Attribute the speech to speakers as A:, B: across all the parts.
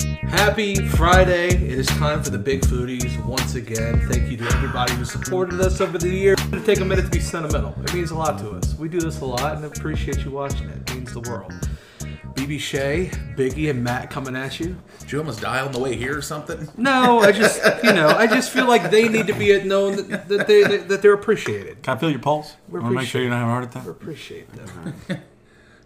A: Happy Friday. It is time for the Big Foodies once again. Thank you to everybody who supported us over the year. We're going to take a minute to be sentimental. It means a lot to us. We do this a lot and appreciate you watching it. It means the world. BB Shea, Biggie, and Matt coming at you.
B: Did you almost die on the way here or something?
A: No, I just, you know, I just feel like they need to be known that, that, they, that they're appreciated.
C: Can I feel your pulse?
A: We're
C: I want to make sure you don't have a heart attack.
A: Appreciate them.
B: Did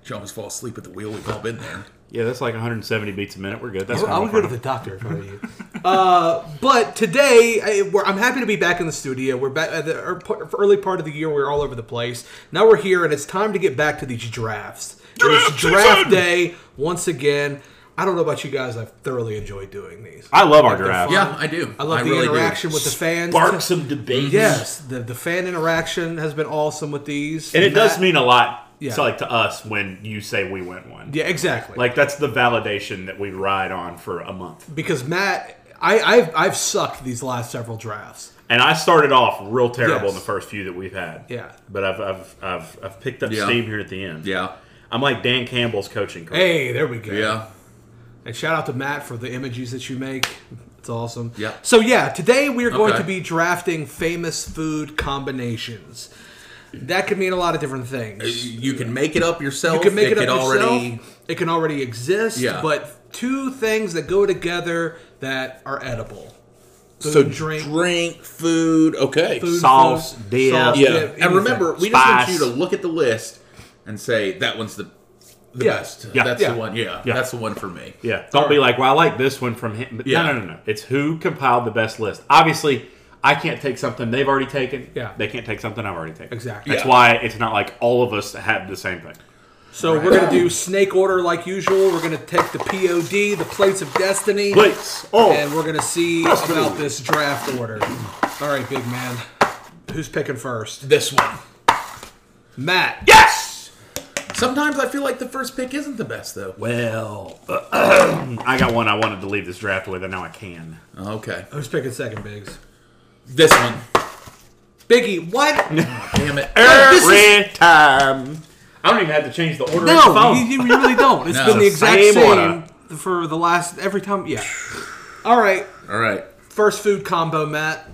B: you almost fall asleep at the wheel? We've all been there.
C: Yeah, that's like 170 beats a minute. We're good. That's
A: I would go to the doctor if I were you. Uh, but today, I, we're, I'm happy to be back in the studio. We're back at the er- p- early part of the year. We were all over the place. Now we're here, and it's time to get back to these drafts. it's draft day once again. I don't know about you guys. I've thoroughly enjoyed doing these.
C: I love our
A: they're
C: draft.
A: fun.
B: Yeah, I do.
A: I love the
B: really do.
A: interaction with the fans.
C: Spark some debate.
A: Yes, the, the fan interaction has been awesome with these.
C: And it does
A: Matt-
C: mean a lot
A: Yeah.
C: to, like, to us when you say we went one.
A: Yeah, exactly.
C: Like, that's the validation that we ride on for a month.
A: because Matt, I, I've, I've sucked these last several drafts.
C: And I started off real terrible
A: Yes.
C: in the first few that we've had.
A: Yeah.
C: But I've, I've, I've, I've picked up
B: Yeah.
C: steam here at the end.
B: Yeah,
C: I'm like Dan Campbell's coaching career.
A: Hey, there we go.
B: yeah.
A: And shout out to Matt for the images that you make. It's awesome.
B: Yeah.
A: So yeah, today we are going
B: Okay.
A: to be drafting famous food combinations. That could mean a lot of different things.
B: You can make Uh, it up yourself.
A: You can make it,
B: could
A: up
B: already.
A: yourself. It can already exist.
B: Yeah.
A: But two things that go together that are edible. Food,
B: So
A: drink,
B: drink, food. Okay.
A: food,
C: Sauce,
A: food,
C: dip.
A: sauce,
B: Yeah.
A: dip,
B: and remember,
A: anything.
B: we just want
C: Spice.
B: you to look at the list and say that one's the the
A: Yeah.
B: best.
C: Yeah.
B: That's
A: Yeah.
B: the one. Yeah,
C: Yeah.
B: That's the one for me.
C: Yeah. Don't be like, well, I like this one from him.
B: Yeah.
C: No, no, no, no. It's who compiled the best list. Obviously, I can't take something they've already taken.
A: Yeah.
C: They can't take something I've already taken.
A: Exactly.
C: That's
B: Yeah.
C: why it's not like all of us have the same thing.
A: So we're gonna do snake order like usual. We're gonna take the POD, the plates of destiny.
C: Plates. Oh.
A: And we're gonna see
C: Destiny.
A: about this draft order. All right, big man. Who's picking first?
B: This one.
A: Matt.
C: yes!
B: Sometimes I feel like the first pick isn't the best though.
C: Well, I got one I wanted to leave this draft with, and now I can.
B: Okay.
A: Who's picking second, Biggs?
B: This one.
A: Biggie, what?
B: Damn it.
A: this
C: Every time. I don't even have to change the order of the
A: No,
C: phone.
A: you, you really don't. It's
B: No.
A: been the
B: It's
C: the
A: exact
C: same
A: same,
C: order.
A: for the last every time. Yeah. All right,
B: All right.
A: first food combo, Matt.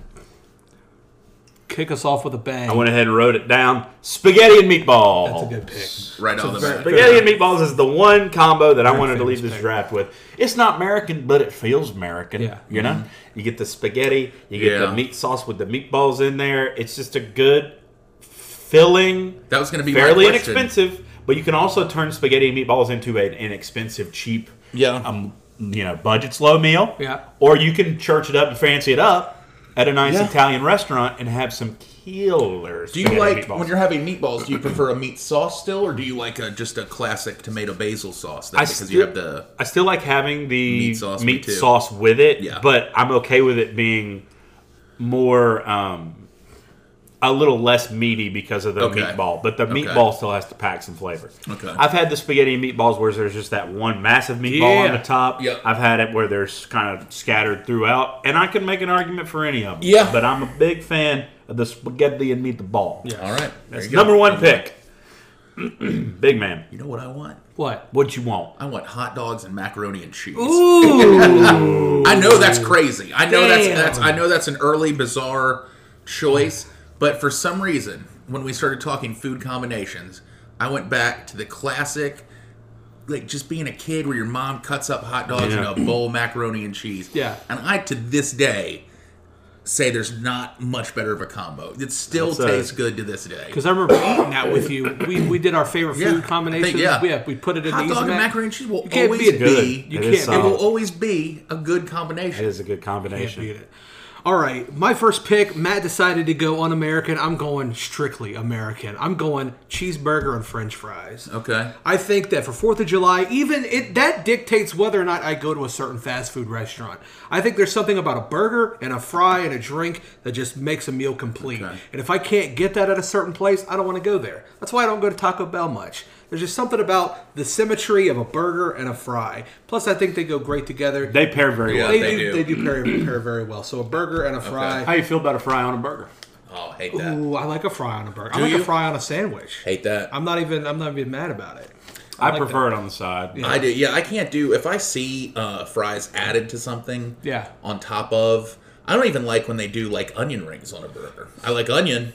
A: Kick us off with a bang.
C: I went ahead and wrote it down. Spaghetti and meatballs.
A: That's a good pick.
B: Right on the
A: very-
B: back.
C: Spaghetti and meatballs is the one combo that I wanted to
A: famous
C: leave this
A: pick.
C: draft with. It's not American, but it feels American.
A: Yeah. Mm-hmm.
C: You know? You get the spaghetti, you get
B: Yeah.
C: the meat sauce with the meatballs in there. It's just a good filling,
B: That was going to be
C: fairly
B: my question.
C: inexpensive, but you can also turn spaghetti and meatballs into an inexpensive, cheap,
B: Yeah.
C: um, you know, budget slow meal.
A: Yeah.
C: Or you can church it up and fancy it up at a nice
B: Yeah.
C: Italian restaurant and have some killers.
B: Do you like when you're having meatballs? Do you prefer a meat sauce still, or do you like a, just a classic tomato basil sauce? That,
C: I
B: because
C: still-
B: you have the
C: I still like having the
B: Meat
C: meat
B: sauce,
C: sauce,
B: me too.
C: with it,
B: Yeah.
C: but I'm okay with it being more um, a little less meaty because of the
B: Okay.
C: meatball. But the
B: Okay.
C: meatball still has to pack some flavor.
B: Okay.
C: I've had the spaghetti and meatballs where there's just that one massive meatball
A: Yeah.
C: on the top.
B: Yep.
C: I've had it where there's kind of scattered throughout, and I can make an argument for any of them.
B: Yeah.
C: but I'm a big fan of the spaghetti and meatball.
A: Yeah.
B: all right. there
C: That's
B: you go.
C: number one pick. big man,
B: You know what I want?
A: What?
C: what you want?
B: I want hot dogs and macaroni and cheese.
A: Ooh.
B: I know that's crazy. I know that's,
A: Damn.
B: that's I know that's an early bizarre choice, but for some reason, when we started talking food combinations, I went back to the classic, like just being a kid where your mom cuts up hot dogs
C: Yeah.
B: in a bowl of macaroni and cheese.
A: Yeah.
B: and I to this day say there's not much better of a combo. It still
C: That's, uh,
B: tastes good to this day.
A: Because I remember eating that with you. We, we did our favorite
B: Yeah, I
A: food
B: think,
A: combinations.
B: yeah.
A: yeah, we put it in
B: hot
A: these
B: dog and
A: mac-
B: macaroni and cheese will
A: You can't
B: always
A: beat it.
C: Good.
B: be.
A: You
C: It
A: can't
C: is
A: beat it.
B: It will
C: solid.
B: always be a good combination.
C: It is a good combination.
A: Beat it. All right, my first pick. Matt decided to go un-American. I'm going strictly American. I'm going cheeseburger and French fries.
B: Okay.
A: I think that for Fourth of July, even it that dictates whether or not I go to a certain fast food restaurant. I think there's something about a burger and a fry and a drink that just makes a meal complete. And if I can't get that at a certain place, I don't want to go there. That's why I don't go to Taco Bell much. There's just something about the symmetry of a burger and a fry. Plus, I think they go great together.
C: They pair very
B: Yeah.
C: well.
A: They,
B: they
A: do,
B: do.
A: They do pair, pair very well. So a burger and a fry.
C: How you feel about a fry on a burger?
B: Oh, hate that.
A: Ooh, I like a fry on a burger. I like
B: you?
A: a fry on a sandwich.
B: Hate that.
A: I'm not even. I'm not even mad about it.
C: I,
A: like
C: prefer it on the side.
B: I do. Yeah, I can't do if I see uh, fries added to something.
A: Yeah.
B: On top of, I don't even like when they do like onion rings on a burger. I like onion,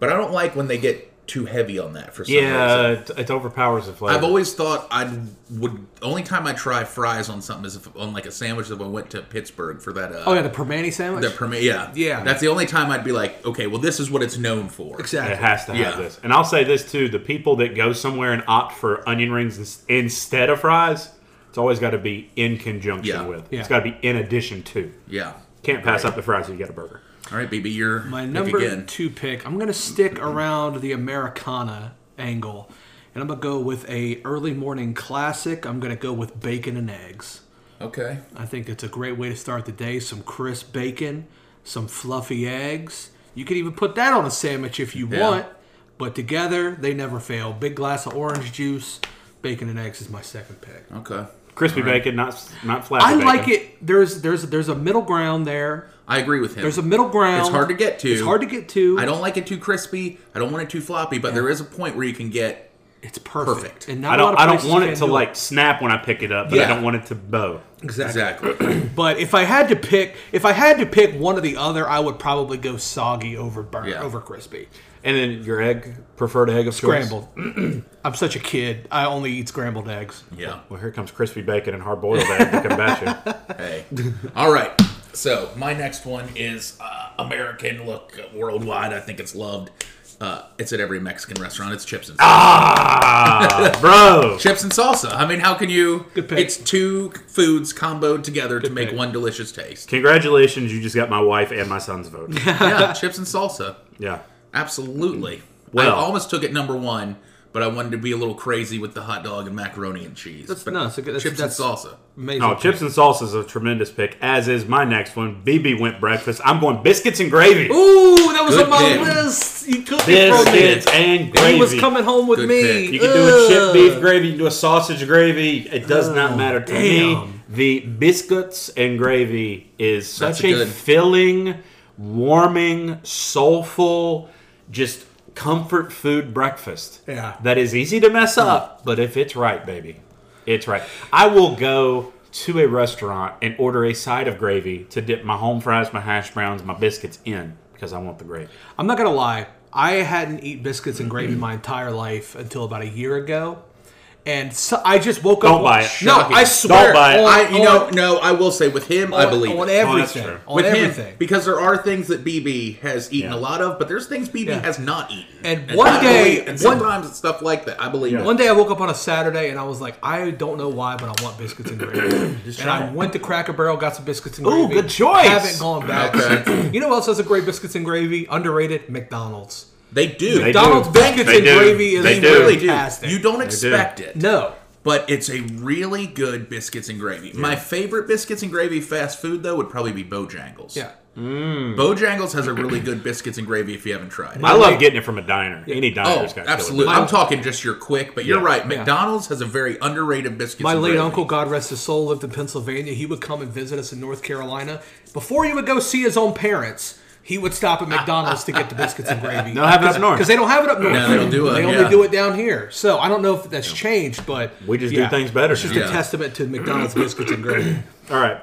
B: but I don't like when they get too heavy on that for some reason.
C: Yeah, it, it overpowers the flavor.
B: I've always thought I would. Only time I try fries on something is if, on like a sandwich. If I went to Pittsburgh for that, uh,
A: Oh yeah, the permani sandwich.
B: the permit. Yeah,
A: Yeah.
B: That's the only time I'd be like, okay, well, this is what it's known for.
A: exactly.
C: it has to have
B: Yeah.
C: this. And I'll say this too: the people that go somewhere and opt for onion rings ins- instead of fries, it's always got to be in conjunction
B: Yeah.
C: with.
A: Yeah.
C: It's got to be in addition to.
B: Yeah.
C: Can't pass up the fries if you get a burger.
B: All right, BB, you're
A: My
B: pick
A: number
B: again.
A: two pick. I'm gonna stick around the Americana angle, and I'm gonna go with a early morning classic. I'm gonna go with bacon and eggs.
B: Okay.
A: I think it's a great way to start the day. Some crisp bacon, some fluffy eggs. You could even put that on a sandwich if you
B: Yeah.
A: want. But together, they never fail. Big glass of orange juice, bacon and eggs is my second pick.
B: Okay.
C: Crispy bacon, not s- not flat.
A: I like it. There's there's there's a middle ground there.
B: I agree with him.
A: There's a middle ground.
B: It's hard to get to.
A: It's hard to get to.
B: I don't like it too crispy. I don't want it too floppy, but there is a point where you can get.
A: It's perfect.
B: Perfect.
A: And not
C: I
A: a lot
C: don't.
A: of
C: I don't
A: places
C: want
A: can
C: it to
A: do
C: like snap when I pick it up, but
B: Yeah.
C: I don't want it to bow.
A: exactly.
B: Exactly.
A: But if I had to pick, if I had to pick one or the other, I would probably go soggy over burnt
B: Yeah.
A: over crispy.
C: And then your egg, preferred egg of choice.
A: Scrambled. I'm such a kid. I only eat scrambled eggs.
B: yeah.
C: Well, here comes crispy bacon and hard boiled egg to come at you.
B: Hey. All right. So my next one is uh, American. Look, worldwide, I think it's loved. Uh, it's at every Mexican restaurant. It's chips and salsa.
C: Ah, bro.
B: chips and salsa. I mean, how can you?
A: Good pick.
B: It's two foods comboed together to make
A: pick.
B: one delicious taste.
C: Congratulations, you just got my wife and my son's vote.
B: yeah, chips and salsa.
C: Yeah.
B: Absolutely. I
C: Well-
B: almost took it number one, but I wanted to be a little crazy with the hot dog and macaroni and cheese.
A: That's-
B: but
A: no, it's a good- that's-
B: chips
A: that's-
B: and salsa.
A: Amazing.
C: Oh, chips and salsa is a tremendous pick, as is my next one. BB went breakfast. I'm going biscuits and gravy.
A: Ooh, that was
B: Good
A: on my
B: pick.
A: list. You took it from me.
C: Biscuits and gravy.
A: He was coming home with
B: Good
A: me.
B: pick.
C: You can do a chip
A: Ugh. Oh,
C: beef gravy. You can do a sausage gravy. It does not matter to me.
A: damn.
C: The biscuits and gravy is
B: That's
C: such a
B: good.
C: filling, warming, soulful, just comfort food breakfast.
A: Yeah. Hmm.
C: That is easy to mess up, but if it's right, baby, it's right. I will go to a restaurant and order a side of gravy to dip my home fries, my hash browns, my biscuits in because I want the gravy.
A: I'm not gonna lie. I hadn't eaten biscuits and gravy my entire life until about a year ago, and so I just woke up.
C: Don't buy it.
A: No,
B: Shocking.
A: I swear.
C: Don't buy it.
A: on-
B: I, you know,
A: on-
B: no, I will say with him, I
A: on-
B: believe
A: on
B: it.
C: Oh, that's
A: everything.
C: true.
A: on
B: with
A: everything.
B: him because there are things that BB has eaten
C: Yeah.
B: a lot of, but there's things BB
A: Yeah.
B: has not eaten.
A: And one
B: I
A: day-
B: believe- and
A: one-
B: sometimes it's stuff like that. I believe it.
A: One day I woke up on a Saturday and I was like, I don't know why, but I want biscuits and gravy. and I went to Cracker Barrel, got some biscuits and gravy.
C: Ooh, good choice.
A: Haven't gone back.
B: Okay.
A: you know what else has a great biscuits and gravy? Underrated McDonald's.
B: They do.
C: They do.
A: McDonald's biscuits
C: They
A: and
C: do.
A: gravy is
C: They do.
B: really do.
A: fantastic.
B: You don't expect it.
A: No.
B: But it's a really good biscuits and gravy. My favorite biscuits and gravy fast food though would probably be Bojangles.
A: Yeah. Hmm.
B: Bojangles has a really good biscuits and gravy if you haven't tried it.
C: I love getting it from a diner. Any diner's
B: oh,
C: got
B: absolutely. I'm talking just your quick, but you're
C: Yeah.
B: right. McDonald's has a very underrated biscuits
A: My
B: and
A: late
B: gravy.
A: uncle, God rest his soul, lived in Pennsylvania. He would come and visit us in North Carolina. Before he would go see his own parents, he would stop at McDonald's to get the biscuits and gravy.
C: They'll have it up north.
A: Because they don't have it up north.
B: they don't do it,
A: They only
B: yeah.
A: do it down here. So I don't know if that's changed, but
C: We just
A: yeah.
C: do things better.
A: It's just
B: Yeah.
A: a testament to McDonald's biscuits and gravy.
C: All right.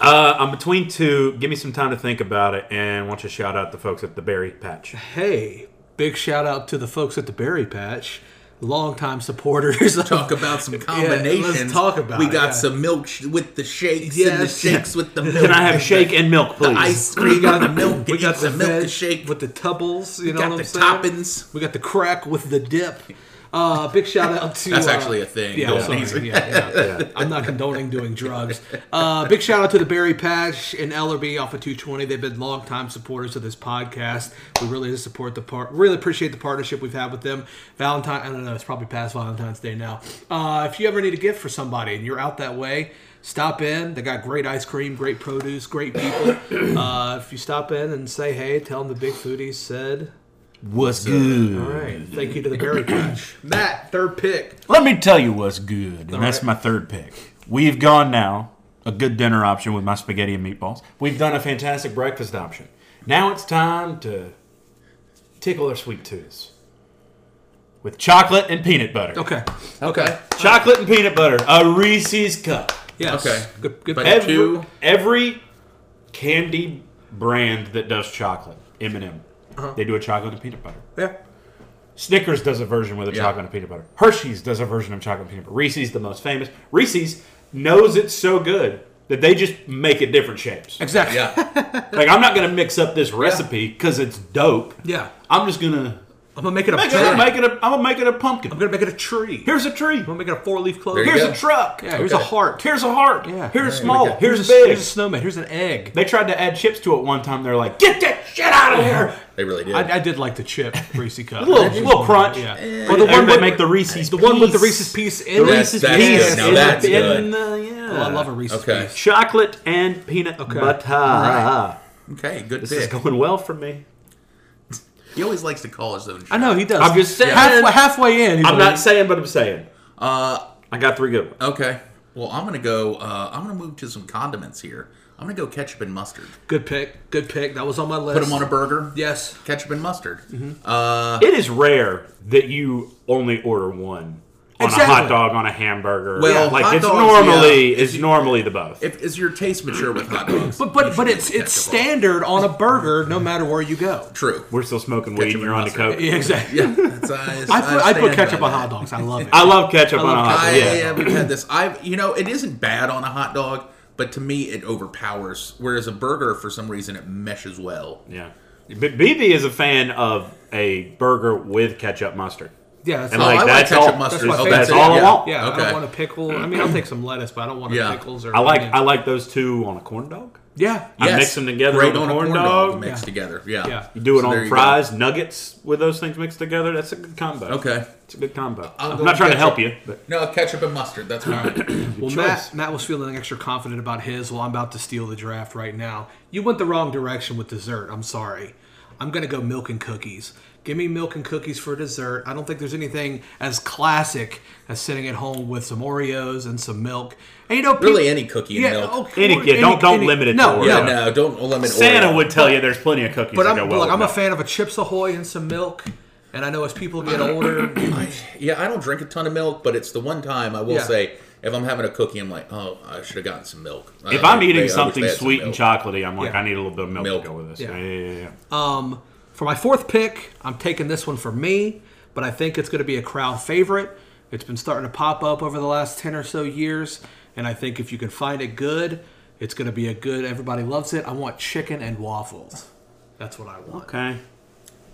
C: Uh, I'm between two. Give me some time to think about it, and want to shout out the folks at the Berry Patch.
A: Hey, big shout out to the folks at the Berry Patch, longtime supporters. of-
B: talk about some combinations.
A: let's talk about
B: We
A: it,
B: got
A: yeah.
B: some milk sh- with the shakes and the
A: Yes.
B: shakes with the milk.
C: Can I have shake and milk, please?
B: ice cream?
A: We got
B: the milk.
A: We got the
B: milk
A: veg
B: shake.
A: with the tubbles. You know
B: got
A: what
B: the
A: I'm saying?
B: toppings.
A: We got the crack with the dip. Uh, big shout out to.
B: That's
A: uh,
B: actually a thing.
A: Yeah,
B: Don't
A: I'm sorry.
B: sneeze.
A: Yeah, yeah. I'm not condoning doing drugs. Uh, big shout out to the Berry Patch and Ellerby off of 220. They've been longtime supporters of this podcast. We really support the part. Really appreciate the partnership we've had with them. Valentine. I don't know. It's probably past Valentine's Day now. Uh, if you ever need a gift for somebody and you're out that way. Stop in. They got great ice cream, great produce, great people. Uh, if you stop in and say hey, tell them the big foodie said.
C: What's good?
A: All right. Thank you to the Berry Patch. Matt, third pick.
C: Let me tell you what's good, and that's
A: right.
C: my third pick. We've gone now a good dinner option with my spaghetti and meatballs. We've done a fantastic breakfast option. Now it's time to tickle our sweet tooths. with chocolate and peanut butter.
A: Okay.
B: Okay.
C: Chocolate and peanut butter. A Reese's cup.
A: Yes.
B: Okay.
A: Good. Good.
B: But-
A: pick.
C: Every,
B: Two.
C: every candy brand that does chocolate, M&M,
A: Uh-huh.
C: they do a chocolate and peanut butter.
A: yeah.
C: Snickers does a version with a
B: Yeah.
C: chocolate and peanut butter. Hershey's does a version of chocolate and peanut butter. Reese's the most famous. Reese's knows it's so good that they just make it different shapes.
A: Exactly.
B: Yeah.
C: like I'm not gonna mix up this recipe because it's dope.
A: Yeah.
C: I'm just gonna
A: I'm gonna make it a.
C: I'm
A: tree.
C: gonna make it a I'm gonna make it a pumpkin.
A: I'm gonna make it a tree.
C: Here's a tree.
A: I'm gonna make it a four leaf clover.
B: There you
A: Here's
C: Here's
A: a-
B: go.
C: a truck.
A: yeah. Here's a
B: Okay.
A: heart.
C: Here's a heart.
A: Yeah.
C: Here's
A: There we
C: small.
A: go.
C: Here's
A: a,
C: big.
A: Here's a snowman. Here's an egg.
C: They tried to add chips to it one time. They're like, get that shit out of here.
B: They really did.
A: I, I did like the chip Reese cup.
C: A little, little crunch.
A: Yeah.
C: Or the one that make the Reese's.
A: the one with the Reese's
C: Piece.
A: piece
C: The
A: in it.
B: Reese's
C: Reese's
B: That's
C: piece.
B: good. Now
C: in
B: that's
C: the,
B: good.
C: in the- yeah.
A: Oh, I love a Reese's
B: Okay.
A: piece.
C: Chocolate and peanut butter.
B: Alright. okay. Good
C: This is
B: pick.
C: going well for me.
B: He always likes to call his own.
A: I know he does.
C: I'm just saying.
A: Halfway, halfway in, he's
C: I'm
A: like,
C: not saying, but I'm saying.
B: Uh,
C: I got three good ones.
B: okay. Well, I'm gonna go. Uh, I'm gonna move to some condiments here. I'm gonna go ketchup and mustard.
A: Good pick. Good pick. That was on my list.
B: Put them on a burger.
A: Yes.
B: Ketchup and mustard.
A: Mm-hmm.
B: uh,
C: It is rare that you only order one on a
A: Exactly.
C: hot dog, on a hamburger.
B: Well, hot
C: like it's
B: dogs,
C: normally
B: yeah.
C: it's normally the both.
B: If is your taste mature with hot dogs?
A: But
B: you
A: but
B: should
A: but
B: go
A: it's
B: with
A: it's
B: ketchup on.
A: standard on a burger no matter where you go.
B: True.
C: We're still smoking weed.
B: Ketchup
C: and You're
B: and
C: on the
B: mustard.
C: coke.
A: Yeah, exactly.
B: Yeah. uh, That's, I,
A: I put, I put
B: stand by
A: ketchup on
B: that.
A: hot dogs. I love it.
C: I love ketchup on a
A: love
C: hot dog.
B: I
C: Yeah.
B: haven't had this. I've you know it isn't bad on a hot dog, but to me it overpowers. Whereas a burger, for some reason, it meshes well.
C: Yeah. But BB is a fan of a burger with ketchup mustard.
A: yeah, that's
C: And
A: all-
C: like
B: Oh, I like
C: that's
B: ketchup
C: all
B: mustard.
C: That's,
A: Oh,
C: that's
A: that's
C: all
B: it,
C: I want.
A: yeah, I
B: okay.
A: don't want a pickle. I mean, I'll take some lettuce, but I don't want
B: Yeah.
A: pickles or.
C: I like
A: onions.
C: I like those two on a corn dog.
A: yeah.
C: I mix them together
B: Great
C: with a
B: on
C: corn
B: a corn
C: dog.
B: dog, mixed
A: Yeah.
B: together. Yeah.
A: Yeah.
C: You do it
B: So there
C: on
B: you go.
C: fries, nuggets with those things mixed together. That's a good combo.
B: Okay.
C: It's a good combo.
B: I'll
C: i
B: go
C: am not trying to help
B: ketchup.
C: you, but
B: No ketchup and mustard. That's fine.
A: Well,
C: choice.
A: Matt, Matt was feeling extra confident about his. Well, I'm about to steal the draft right now. You went the wrong direction with dessert. I'm sorry. I'm going to go milk and cookies. Give me milk and cookies for dessert. I don't think there's anything as classic as sitting at home with some Oreos and some milk. And you know, peop-
B: really, any cookie and
A: yeah,
B: milk.
A: oh,
C: Any- yeah, don't- don't limit it to
A: No,
C: Oreo.
B: yeah,
A: no.
B: no, don't limit.
C: Santa
B: Oreo.
C: would tell you there's plenty of cookies.
A: But
C: that
A: I'm
C: go well
A: look,
C: with
A: I'm a
C: that.
A: fan of a Chips Ahoy and some milk. And I know as people get older,
B: Yeah, I don't drink a ton of milk, but it's the one time I will
A: Yeah.
B: say if I'm having a cookie, I'm like, oh, I should have gotten some milk. I
C: If
B: wish
C: I'm
B: they- I
C: eating
B: wish they
C: something
B: had some
C: sweet and
B: milk.
C: chocolatey, I'm like,
A: Yeah.
C: I need a little bit of milk,
B: Milk.
C: to go with this.
A: Yeah.
C: Yeah, yeah, yeah. yeah.
A: Um, for my fourth pick, I'm taking this one for me, but I think it's going to be a crowd favorite. It's been starting to pop up over the last 10 or so years, and I think if you can find it good, it's going to be a good, everybody loves it. I want chicken and waffles. That's what I want.
C: Okay.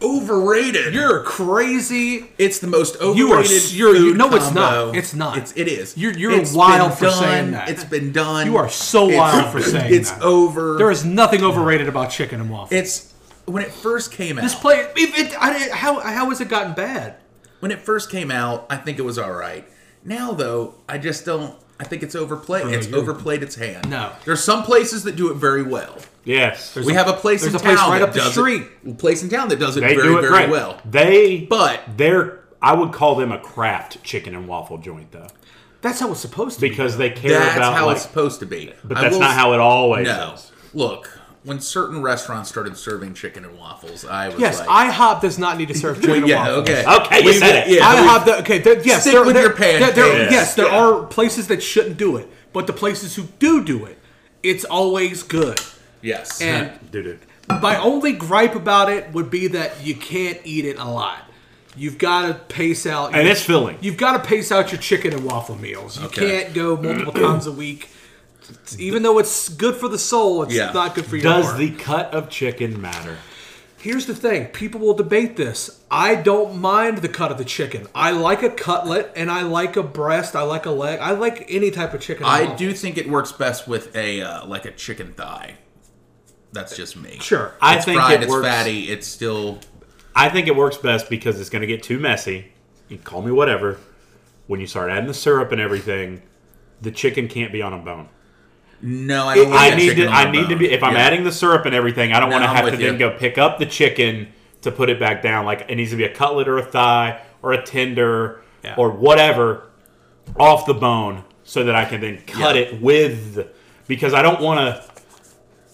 B: Overrated.
A: You're crazy.
B: it's the most overrated.
A: You are- you're- you-
B: food
A: no, it's
B: combo.
A: not. It's not.
B: It's, it is.
A: You're- you're
B: It's
A: wild
B: been
A: for
B: done.
A: saying that.
B: It's been done.
A: You are so
B: It's-
A: wild for saying
B: It's
A: that.
B: over.
A: There is nothing overrated about chicken and waffles.
B: It's when it first came out.
A: this play, it, it, I, didn't- how, how has it gotten bad?
B: when it first came out, I think it was all right. Now though, I just don't. I think it's overplayed.
C: Oh,
B: it's
A: you're-
B: overplayed its hand.
A: No.
B: there's some places that do it very well.
C: Yes.
B: we have a place
A: there's
B: in
A: a place
B: town
A: right
B: that
A: up the
B: does
A: street.
B: It, a place in town that does it
C: They
B: very
C: do it
B: very
C: great.
B: well.
C: They
B: But-
C: they're I would call them a craft chicken and waffle joint though,
A: That's how it's supposed to be.
C: because they care
B: That's
C: about
B: how
C: like,
B: it's supposed to be.
C: but
B: I
C: that's
B: will
C: not
B: s-
C: how it always
B: No,
C: is.
B: look, when certain restaurants started serving chicken and waffles, I was
A: Yes,
B: like,
A: IHOP does not need to serve chicken and
B: yeah,
A: waffles.
B: okay,
C: Okay, you
B: We've-
C: said it.
B: Yeah,
A: I
B: we've-
A: have the okay. There, yes,
B: Stick
A: there,
B: with
A: there-
B: your
A: there- there-
B: pancakes.
A: yes, there
B: Yeah.
A: are places that shouldn't do it, but the places who do do it, it's always good.
B: yes,
A: And
C: Dude, dude.
A: my only gripe about it would be that you can't eat it a lot. You've got to pace out,
C: And it's filling.
A: You've got to pace out your chicken and waffle meals. You
B: Okay.
A: can't go multiple times a week. Even though it's good for the soul, it's
B: Yeah.
A: not good for your
C: Does
A: heart.
C: the cut of chicken matter?
A: Here's the thing people will debate this. I don't mind the cut of the chicken. I like a cutlet and I like a breast. I like a leg. I like any type of chicken.
B: I
A: at all.
B: do think it works best with a uh, like a chicken thigh. That's just me.
A: Sure.
C: I
B: it's
C: think
B: fried,
C: it
B: it's
C: works.
B: fatty, it's still
C: I think it works best because it's going to get too messy. You can call me whatever. When you start adding the syrup and everything, the chicken can't be on a bone.
B: no. I, don't like
C: I
B: that
C: need
B: chicken
C: to.
B: on
C: I
B: a
C: need to
B: bone.
C: be. If I'm
B: Yeah.
C: adding the syrup and everything, I don't
B: No,
C: want to
B: I'm
C: have to
B: with
C: then
B: you.
C: go pick up the chicken to put it back down. Like it needs to be a cutlet or a thigh or a tender
A: Yeah.
C: or whatever off the bone, so that I can then cut
B: Yeah.
C: it with. Because I don't want to.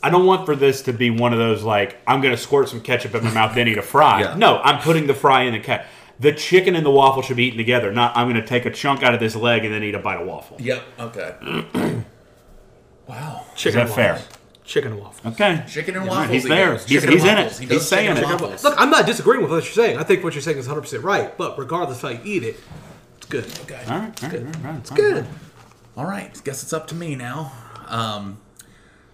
C: I don't want for this to be one of those like I'm going to squirt some ketchup in my mouth then eat a fry.
B: Yeah.
C: No, I'm putting the fry in the ketchup. the chicken and the waffle should be eaten together. Not I'm going to take a chunk out of this leg and then eat a bite of waffle.
B: Yep. Okay. wow.
C: Is that
A: waffles.
C: fair?
A: Chicken and waffles.
C: Okay.
B: Chicken and
C: Yeah,
B: waffles.
C: He's
B: he
C: there.
B: does.
C: He's,
B: Chicken
C: he's
B: and
C: in it.
B: waffles. He
C: He's
B: does
C: saying
B: chicken
C: it.
B: and waffles.
A: Look, I'm not disagreeing with what you're saying. I think what you're saying is 100 percent right. But regardless of how you eat it, it's good.
B: Okay.
C: All right. All right. All right. It's
A: Good.
B: All right, guess it's up to me now. Um,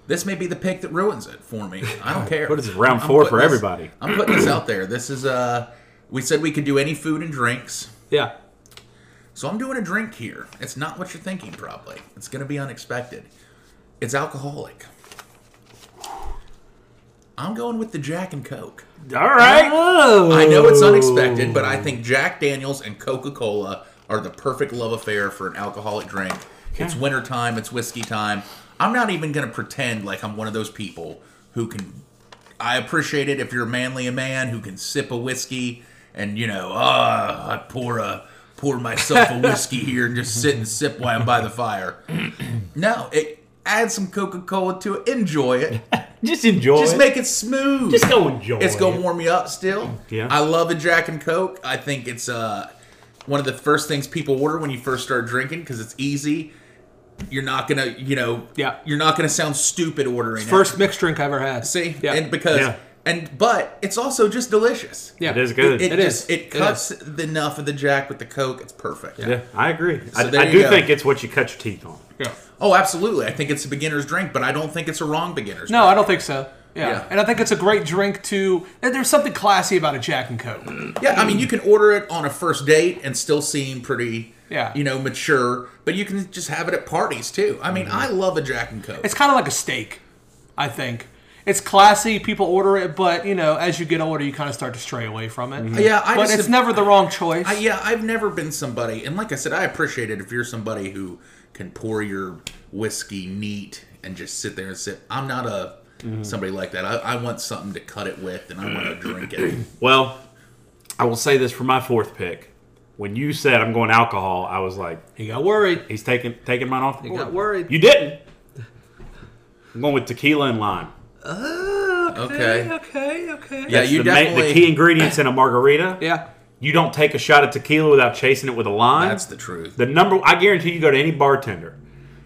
B: this may be the pick that ruins it for me. I don't care.
C: What is this, round four
B: putting
C: for
B: this-
C: everybody?
B: I'm putting this out there. This is uh, we said we could do any food and drinks,
A: Yeah.
B: so I'm doing a drink here. It's not what you're thinking, probably. It's going to be unexpected. It's alcoholic. I'm going with the Jack and Coke.
C: All right.
A: Oh.
B: I know it's unexpected, but I
C: Oh.
B: think Jack Daniels and Coca Cola are the perfect love affair for an alcoholic drink. It's winter time, it's whiskey time. I'm not even going to pretend like I'm one of those people who can. I appreciate it if you're manly a man who can sip a whiskey and, you know, ah, I pour a. Pour myself a whiskey here and just sit and sip while I'm by the fire. No, it add some Coca Cola to it. Enjoy it.
C: Just enjoy.
B: Just
C: it.
B: make it smooth.
C: Just go enjoy.
B: It's gonna
C: it.
B: warm you up still.
C: Yeah.
B: I love a Jack and Coke. I think it's uh one of the first things people order when you first start drinking because it's easy. You're not gonna, you know,
A: Yeah.
B: You're not gonna sound stupid ordering it.
A: First mixed drink I ever had.
B: See,
A: Yeah.
B: and because
C: Yeah.
B: and but it's also just delicious.
A: yeah.
C: It is good.
B: It,
A: It
B: just
A: is.
B: it
A: It
B: cuts the enough of the Jack with the Coke. It's perfect.
C: yeah, I agree. I,
B: there
C: I
B: you
C: do
B: go.
C: think it's what you cut your teeth on.
A: Yeah.
B: Oh, absolutely. I think it's a beginner's drink, but I don't think it's a wrong beginner's.
A: No, I don't think so. Yeah.
B: Yeah.
A: And I think it's a great drink to. and There's something classy about a Jack and Coke.
B: Yeah, I mean, you can order it on a first date and still seem pretty,
A: Yeah.
B: you know, mature. But you can just have it at parties too. I mean,
C: Mm-hmm.
B: I love a Jack and Coke.
A: It's kind of like a steak, I think. It's classy. People order it, but you know, as you get older, you kind of start to stray away from it.
B: Mm-hmm. Yeah, I
A: but
B: just
A: it's
B: have-
A: never the wrong choice.
B: I, yeah, I've never been somebody, and like I said, I appreciate it if you're somebody who can pour your whiskey neat and just sit there and sip. I'm not a
C: Mm-hmm.
B: somebody like that. I, I want something to cut it with, and I want to drink it.
C: Well, I will say this for my fourth pick. When you said I'm going alcohol, I was like,
A: He got worried.
C: he's taking taking mine off the
A: He
C: board.
A: got worried.
C: You didn't. I'm going with tequila and lime.
B: Uh, Okay.
A: Okay. Okay.
B: Yeah, you
C: the, ma-
B: definitely.
C: the key ingredients in a margarita.
A: Yeah.
C: You don't take a shot of tequila without chasing it with a lime.
B: that's the truth.
C: The number I guarantee you go to any bartender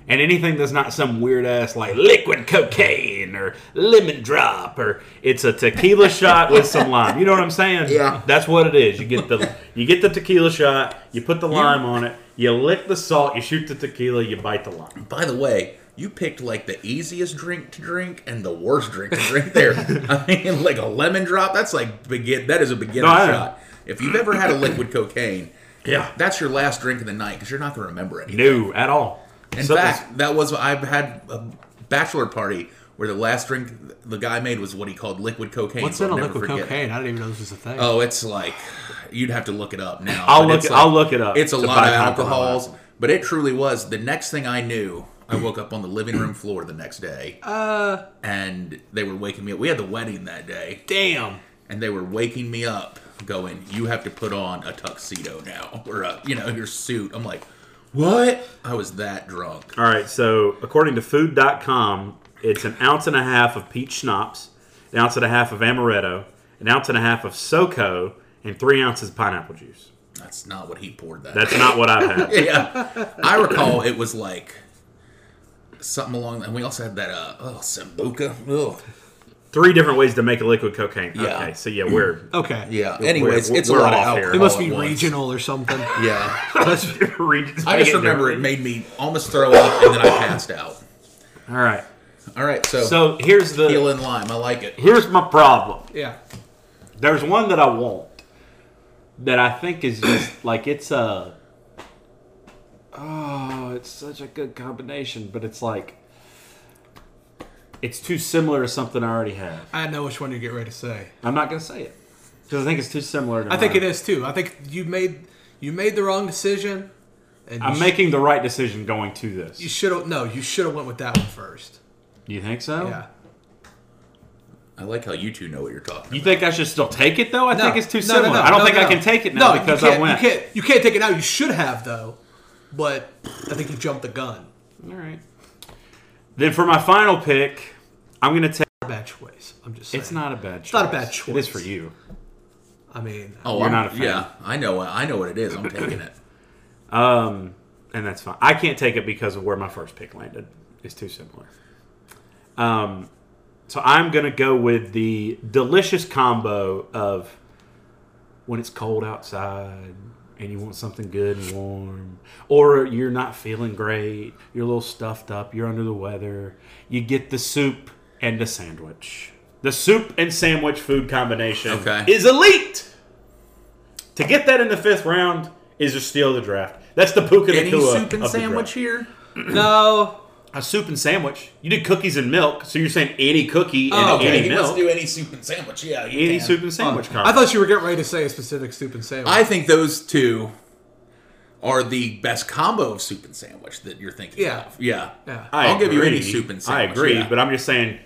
C: and anything that's not some weird ass like liquid cocaine or lemon drop or it's a tequila shot with some lime. You know what I'm saying?
B: Yeah.
C: That's what it is. You get the you get the tequila shot, you put the lime on it, you lick the salt, you shoot the tequila, you bite the lime.
B: By the way, you picked like the easiest drink to drink and the worst drink to drink there. I mean, like a lemon drop, that's like begin that is a beginner
C: No, I know.
B: shot. If you've ever had a liquid cocaine,
C: Yeah.
B: that's your last drink of the night because you're not going to remember anything.
C: No, at all.
B: In fact, that was I've had a bachelor party where the last drink the guy made was what he called liquid cocaine.
A: What's
B: so
A: in a
B: I'll never
A: liquid
B: forget it.
A: cocaine? I didn't even know this was a thing.
B: Oh, it's like you'd have to look it up now.
C: I'll
B: but
C: look
B: it's
C: it-
B: like-
C: I'll look it up
B: It's a
C: to
B: lot
C: buy
B: of
C: Taco Bell.
B: alcohols, but it truly was. The next thing I knew, I woke up on the living room floor the next day, uh, and they were waking me up. We had the wedding that day,
A: Damn.
B: and they were waking me up, going, "You have to put on a tuxedo now, or a, you know, your suit." I'm like, "What?" I was that drunk.
C: All right, so according to food.com, it's an ounce and a half of peach schnapps, an ounce and a half of amaretto, an ounce and a half of SoCo, and three ounces of pineapple juice.
B: That's not what he poured that.
C: That's not what I've had.
B: yeah. I recall it was like something along that. And we also had that uh oh sambuca. Ugh.
C: Three different ways to make a liquid cocaine.
B: Yeah.
C: Okay, so yeah, we're
A: Okay.
B: Yeah.
C: We're-
B: Anyways,
C: we're-
B: it's a
C: we're
B: lot of
C: off here.
B: alcohol.
C: It
A: It must
B: at
A: be
B: once.
A: regional or something.
B: Yeah.
C: regions.
B: I just remember it made me almost throw up and then I passed out.
C: All right,
B: All right, so,
C: so here's
B: teal
C: the
B: and lime, I like it.
C: here's my problem.
A: yeah.
C: There's one that I want that I think is just like it's a oh, it's such a good combination, but it's like it's too similar to something I already have.
A: I know which one you get ready to say.
C: I'm not gonna say it because I think it's too similar. To
A: I think
C: mine.
A: it is too. I think you made you made the wrong decision. And you
C: I'm
A: sh-
C: making the right decision going to this.
A: you should have no. You should have went with that one first.
C: You
B: Oh.
C: think so?
A: Yeah.
B: I like how you two know what you're talking
C: You
B: about.
C: think I should still take it though? I think it's too
A: no, no,
C: similar.
A: no,
C: I don't
A: no,
C: think
A: no.
C: I can take it now
A: no,
C: because
A: you
C: I
A: can't,
C: went.
A: You can't. You can't take it now. You should have though. But I think you jumped the gun.
C: All right. Then for my final pick, I'm gonna take.
A: Bad choice. I'm just saying.
C: It's not a bad. choice.
A: not a bad
C: It
A: choice.
C: is for you.
A: I mean,
B: Oh,
C: You're
B: I'm,
C: not a fan.
B: yeah, I know. I know what it is. I'm taking it.
C: and that's fine. I can't take it because of where my first pick landed. It's too similar. Um, so I'm gonna go with the delicious combo of when it's cold outside and you want something good and warm, or you're not feeling great, you're a little stuffed up, you're under the weather. You get the soup and the sandwich. The soup and sandwich food combination
B: Okay.
C: is elite. To get that in the fifth round is a steal of the draft. That's the puka
B: Any
C: Nakua
B: soup and
C: of the
B: sandwich
C: draft.
B: here?
A: no,
C: A soup and sandwich. You did cookies and milk, so you're saying any cookie and
A: Oh, okay.
C: any milk.
B: any soup and sandwich. Yeah, you
C: any
B: can.
C: soup and
B: Oh.
C: sandwich.
A: I
C: combo.
A: thought you were getting ready to say a specific soup and sandwich.
B: I think those two are the best combo of soup and sandwich that you're thinking
A: Yeah.
B: of. Yeah.
A: Yeah.
C: I
B: I'll give you any
C: agree.
B: soup and
C: I
B: sandwich,
C: agree,
B: yeah.
C: but I'm just saying.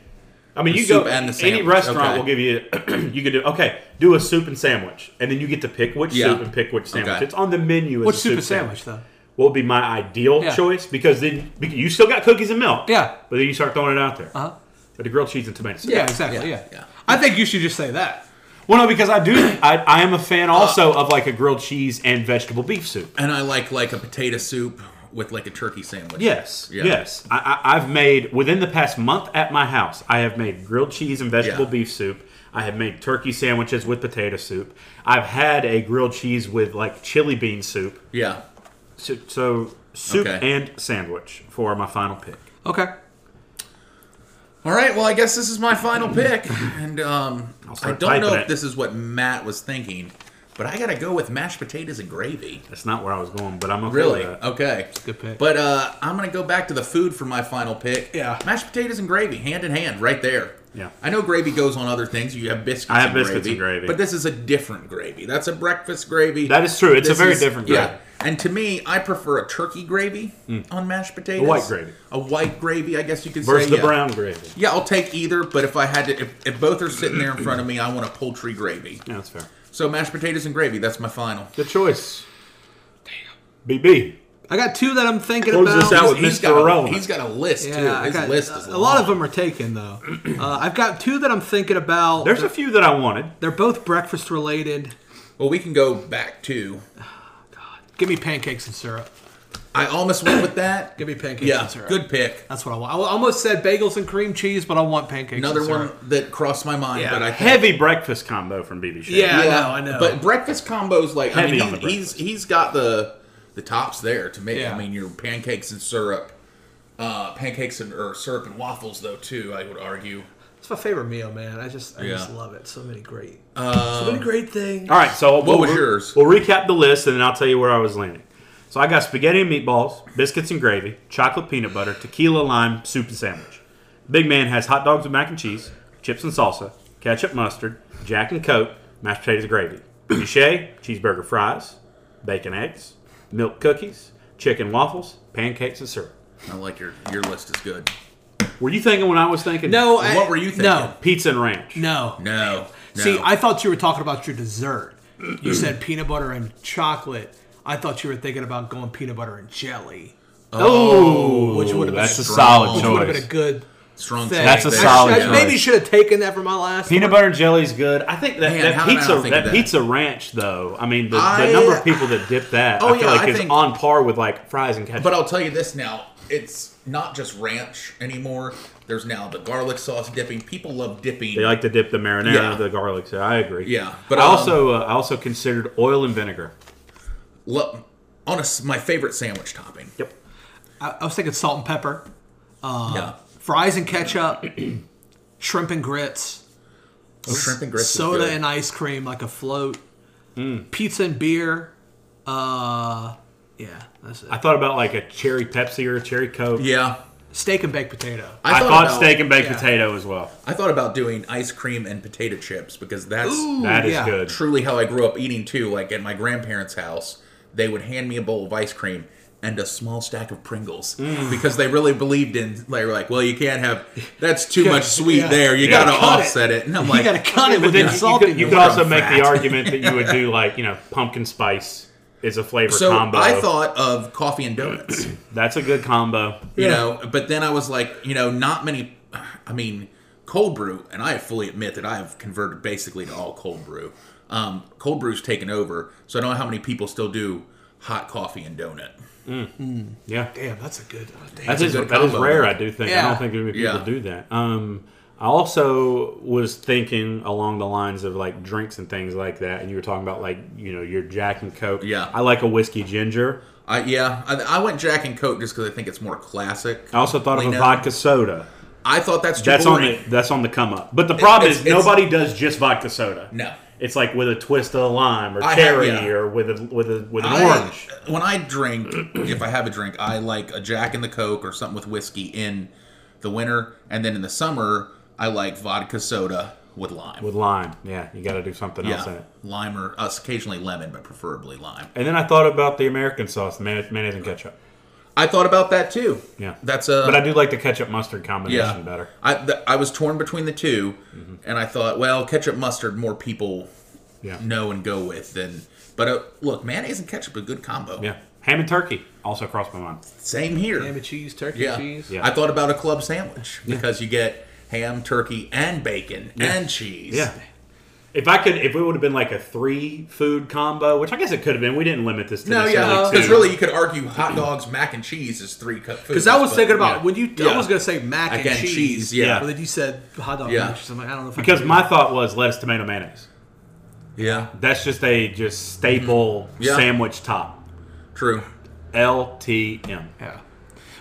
C: I mean,
B: The
C: you go
B: soup and the
C: any
B: sandwich,
C: restaurant
B: okay.
C: will give you. you could do okay. Do a soup and sandwich, and then you get to pick which
B: Yeah.
C: soup and pick which sandwich.
B: Okay.
C: It's on the menu. as
A: What's
C: a
A: soup and sandwich, though?
C: What would be my ideal
A: Yeah.
C: choice? Because then because you still got cookies and milk.
A: Yeah.
C: but then you start throwing it out there.
A: Uh-huh.
C: But the grilled cheese and tomato sauce.
A: Yeah, exactly.
B: Uh. yeah,
A: Yeah,
B: yeah.
A: I think you should just say that.
C: Well, no, because I do. I, I am a
B: Uh.
C: fan also of like a grilled cheese and vegetable beef soup.
B: And I like like a potato soup with like a turkey sandwich.
C: Yes,
B: Yeah.
C: yes. I, I, I've made within the past month at my house. I have made grilled cheese and vegetable
B: Yeah.
C: beef soup. I have made turkey sandwiches with potato soup. I've had a grilled cheese with like chili bean soup.
B: Yeah.
C: So, so soup
B: Okay.
C: and sandwich for my final pick.
A: Okay.
B: All right. Well, I guess this is my final pick, and um, I
C: start
B: don't know
C: typing
B: if
C: it.
B: this is what Matt was thinking, but I gotta go with mashed potatoes and gravy.
C: That's not where I was going, but I'm okay
B: Really?
C: with that.
B: Okay.
A: good pick.
B: But uh, I'm gonna go back to the food for my final pick.
A: Yeah.
B: Mashed potatoes and gravy, hand in hand, right there.
C: Yeah.
B: I know gravy goes on other things. You have biscuits.
C: I have
B: and
C: biscuits
B: gravy,
C: and gravy.
B: But this is a different gravy. That's a breakfast gravy.
C: That is true. It's a
B: This
C: very
B: is-
C: different
B: Yeah.
C: gravy. Mm.
B: And to me, I prefer a turkey gravy on mashed potatoes.
C: white gravy.
B: A white gravy, I guess you could
C: Versus
B: say.
C: the
B: yeah.
C: brown gravy.
B: Yeah, I'll take either, but if I had to, if, if both are sitting there in front of me, I want a poultry gravy.
C: Yeah, that's fair.
B: So mashed potatoes and gravy, that's my final.
C: Good choice. Damn. BB.
A: I got two that I'm thinking
C: Close
A: about.
C: this out with
B: He's
C: Mr.
B: got, a,
C: Irrelevant.
B: he's got a list, too.
A: Yeah, I
B: His
A: got,
B: list is
A: a lot of them are taken though. Uh, I've got two that I'm thinking about.
C: There's a few that I wanted.
A: They're both breakfast related.
B: Well, we can go back to.
A: Give me pancakes and syrup.
B: I almost went with that.
A: Give me pancakes
B: yeah,
A: and syrup.
B: good pick.
A: That's what I want. I almost said bagels and cream cheese, but I want pancakes.
B: Another
A: and
B: one
A: syrup.
B: that crossed my mind,
A: Yeah.
B: but I think,
C: Heavy breakfast combo from BB Chef.
A: Yeah, I know. I know.
B: But breakfast combos, like
C: Heavy
B: I
C: on
B: mean,
C: the
B: he, he's he's got the the tops there to me.
A: Yeah.
B: I mean, your pancakes and syrup, uh, pancakes and or syrup and waffles, though too. I would argue.
A: it's my favorite meal, man. I just, I just
B: Yeah.
A: love it. So many great, so many great things.
C: All right, so we'll-
B: was yours?
C: We'll recap the list and then I'll tell you where I was landing. So I got spaghetti and meatballs, biscuits and gravy, chocolate peanut butter, tequila lime, soup and sandwich. Big man has hot dogs with mac and cheese, chips and salsa, ketchup mustard, jack and coke, mashed potatoes and gravy, Boucher, cheeseburger fries, bacon eggs, milk cookies, chicken waffles, pancakes and syrup.
B: I like your your list is good.
C: Were you thinking when I was thinking?
A: No, I,
B: What were you
A: No,
C: Pizza and ranch.
A: no,
B: No, no.
A: See, I thought you were talking about your dessert. You said peanut butter and chocolate. I thought you were thinking about going peanut butter and jelly,
C: Oh,
A: which would have been
C: that's a
A: strong.
C: solid
A: which would have been
C: Oh, choice.
A: a good
B: strong.
A: thing.
C: That's a
A: I should-
C: solid
A: I
C: choice.
A: maybe should have taken that for my last.
C: Peanut butter and jelly's good. I think that,
B: Man,
C: that
B: how did I
C: pizza
B: not
C: that,
B: think of that?
C: pizza ranch though. I mean, the, the
B: I-
C: number of people that dip that,
B: Oh,
C: I feel
B: yeah,
C: like
B: I
C: is
B: think-
C: on par with like fries and ketchup.
B: But I'll tell you this now: it's not just ranch anymore. There's now the garlic sauce dipping. People love dipping.
C: they like to dip the marinara,
B: Yeah.
C: the garlic. So I agree.
B: Yeah, but,
C: but I
B: um,
C: also uh, I also considered oil and vinegar.
B: Lo- on a s my favorite sandwich topping.
C: Yep.
A: I, I was thinking salt and pepper, Uh-huh.
B: yeah,
A: fries and ketchup, shrimp and grits,
B: Oh, shrimp and grits. is
A: soda
B: good.
A: and ice cream like a float,
C: Hmm.
A: pizza and beer. Uh, yeah, that's it.
C: I thought about like a cherry Pepsi or a cherry Coke.
B: yeah.
A: Steak and baked potato.
C: I, thought,
B: about-
C: steak and baked
A: yeah.
C: potato as well.
B: I thought about doing ice cream and potato chips because that's
A: Ooh,
C: That is
A: yeah.
C: good.
B: truly how I grew up eating too. Like at my grandparents' house, they would hand me a bowl of ice cream and a small stack of Pringles
A: Mm.
B: because they really believed in. They were like, "Well, you can't have that's too much sweet
A: yeah.
B: there. You
A: Yeah.
B: gotta
A: Cut it.
B: offset it." And I'm
A: you
B: like,
A: gotta cut it
C: But
A: with
C: then
A: your
C: you- you
A: salt.
C: could,
A: in
C: you
A: it.
C: could also
B: I'm
C: make
B: fat.
C: the argument that you would do like you know pumpkin spice is a flavor
B: so
C: combo.
B: I thought of coffee and donuts.
C: that's a good combo.
B: you know but then i was like you know not many i mean cold brew and i fully admit that i have converted basically to all cold brew Um, cold brew's taken over, so I don't know how many people still do hot coffee and donut.
C: Yeah.
A: Damn, that's a good. oh, damn.
C: That is,
B: good
C: that is
B: combo,
C: rare,
B: though.
C: I do think. I
A: Yeah.
C: don't think many people
B: Yeah.
C: do that. Um, I also was thinking along the lines of like drinks and things like that, and you were talking about like you know your Jack and Coke.
B: Yeah.
C: I like a whiskey ginger.
B: I, yeah, I, I went Jack and Coke just because I think it's more classic.
C: I also thought of a
B: Lena.
C: vodka soda.
B: I thought that's too
C: Oh, That's on
B: boring.
C: the that's on the come up. But the problem
B: it's-
C: is
B: it's-
C: nobody does just vodka soda.
B: No.
C: It's like with a twist of lime or
B: I have-
C: cherry
B: yeah.
C: or with a with a with an
B: I-
C: orange.
B: When I drink, if I have a drink, I like a Jack and the Coke or something with whiskey in the winter, and then in the summer, I like vodka soda with lime.
C: With lime. Yeah, you gotta do something else in
B: yeah,
C: it.
B: lime or uh, occasionally lemon, but preferably lime.
C: And then I thought about the American sauce, may- mayonnaise and ketchup.
B: I thought about that too.
C: Yeah.
B: that's a.
C: But I do like the ketchup mustard combination
B: yeah,
C: better. Mm-hmm.
B: I th- I was torn between the 2 and I thought, well, ketchup mustard more people
C: Yeah.
B: know and go with than. But uh, look, mayonnaise and ketchup a good combo.
C: Yeah. Ham and turkey also crossed my mind.
B: Same here.
A: Ham and cheese, turkey
B: Yeah.
A: cheese.
C: Yeah.
B: I thought about a club sandwich because you get ham, turkey, and bacon and cheese.
C: If I could, if it would have been like a three food combo, which I guess it could have been, we didn't limit this to
B: No, yeah,
C: necessarily
B: because
C: two.
B: really you could argue hot dogs, mac and cheese is three cup foods.
A: Because I was
B: but-
A: thinking about
C: yeah.
A: when you.
B: Yeah.
A: I was gonna say mac
B: mac
A: and, cheese.
B: Yeah,
A: But then you said hot dog
B: Yeah.
A: matches. I'm like, I don't know if I
C: because
A: can do
C: my
A: that.
C: thought was lettuce, tomato, mayonnaise.
B: yeah,
C: That's just a just staple
B: Mm-hmm. Yeah.
C: sandwich top.
B: true.
C: LTM.
A: Yeah.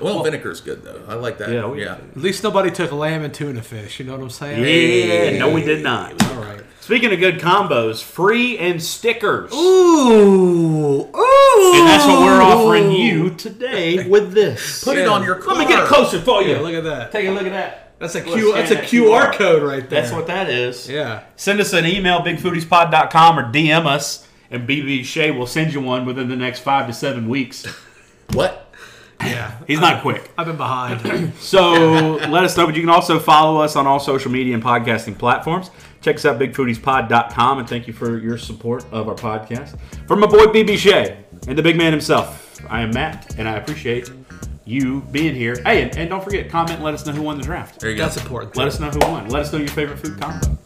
B: Well, vinegar's good though. I like that.
C: Yeah,
B: Yeah,
C: we-
B: yeah.
A: At least nobody took lamb and tuna fish. You know what I'm saying?
C: Yeah, no, we did not.
A: All right.
C: Speaking of good combos, free and stickers.
A: Ooh, ooh.
C: And that's what we're offering you today with this.
B: Put it
A: Yeah.
B: on your. Car.
C: Let me get closer for you.
A: Yeah, look at that.
C: Take a look at that.
A: That's a
C: Let's
A: Q. That's a
C: scan that
A: QR
C: QR.
A: code right there.
C: That's what that is.
A: Yeah.
C: Send us an email, bigfoodiespod.com, or DM us, and BB Shea will send you one within the next five to seven weeks.
B: What?
A: Yeah.
C: He's not quick.
A: I've been behind.
C: So let us know, but you can also follow us on all social media and podcasting platforms. Check us out, bigfoodiespod.com, and thank you for your support of our podcast. From my boy BB Shea and the big man himself, I am Matt, and I appreciate you being here. Hey, and, and don't forget, comment, let us know who won the draft.
B: There you go.
A: That's important.
C: Let us know who won. Let us know your favorite food combo.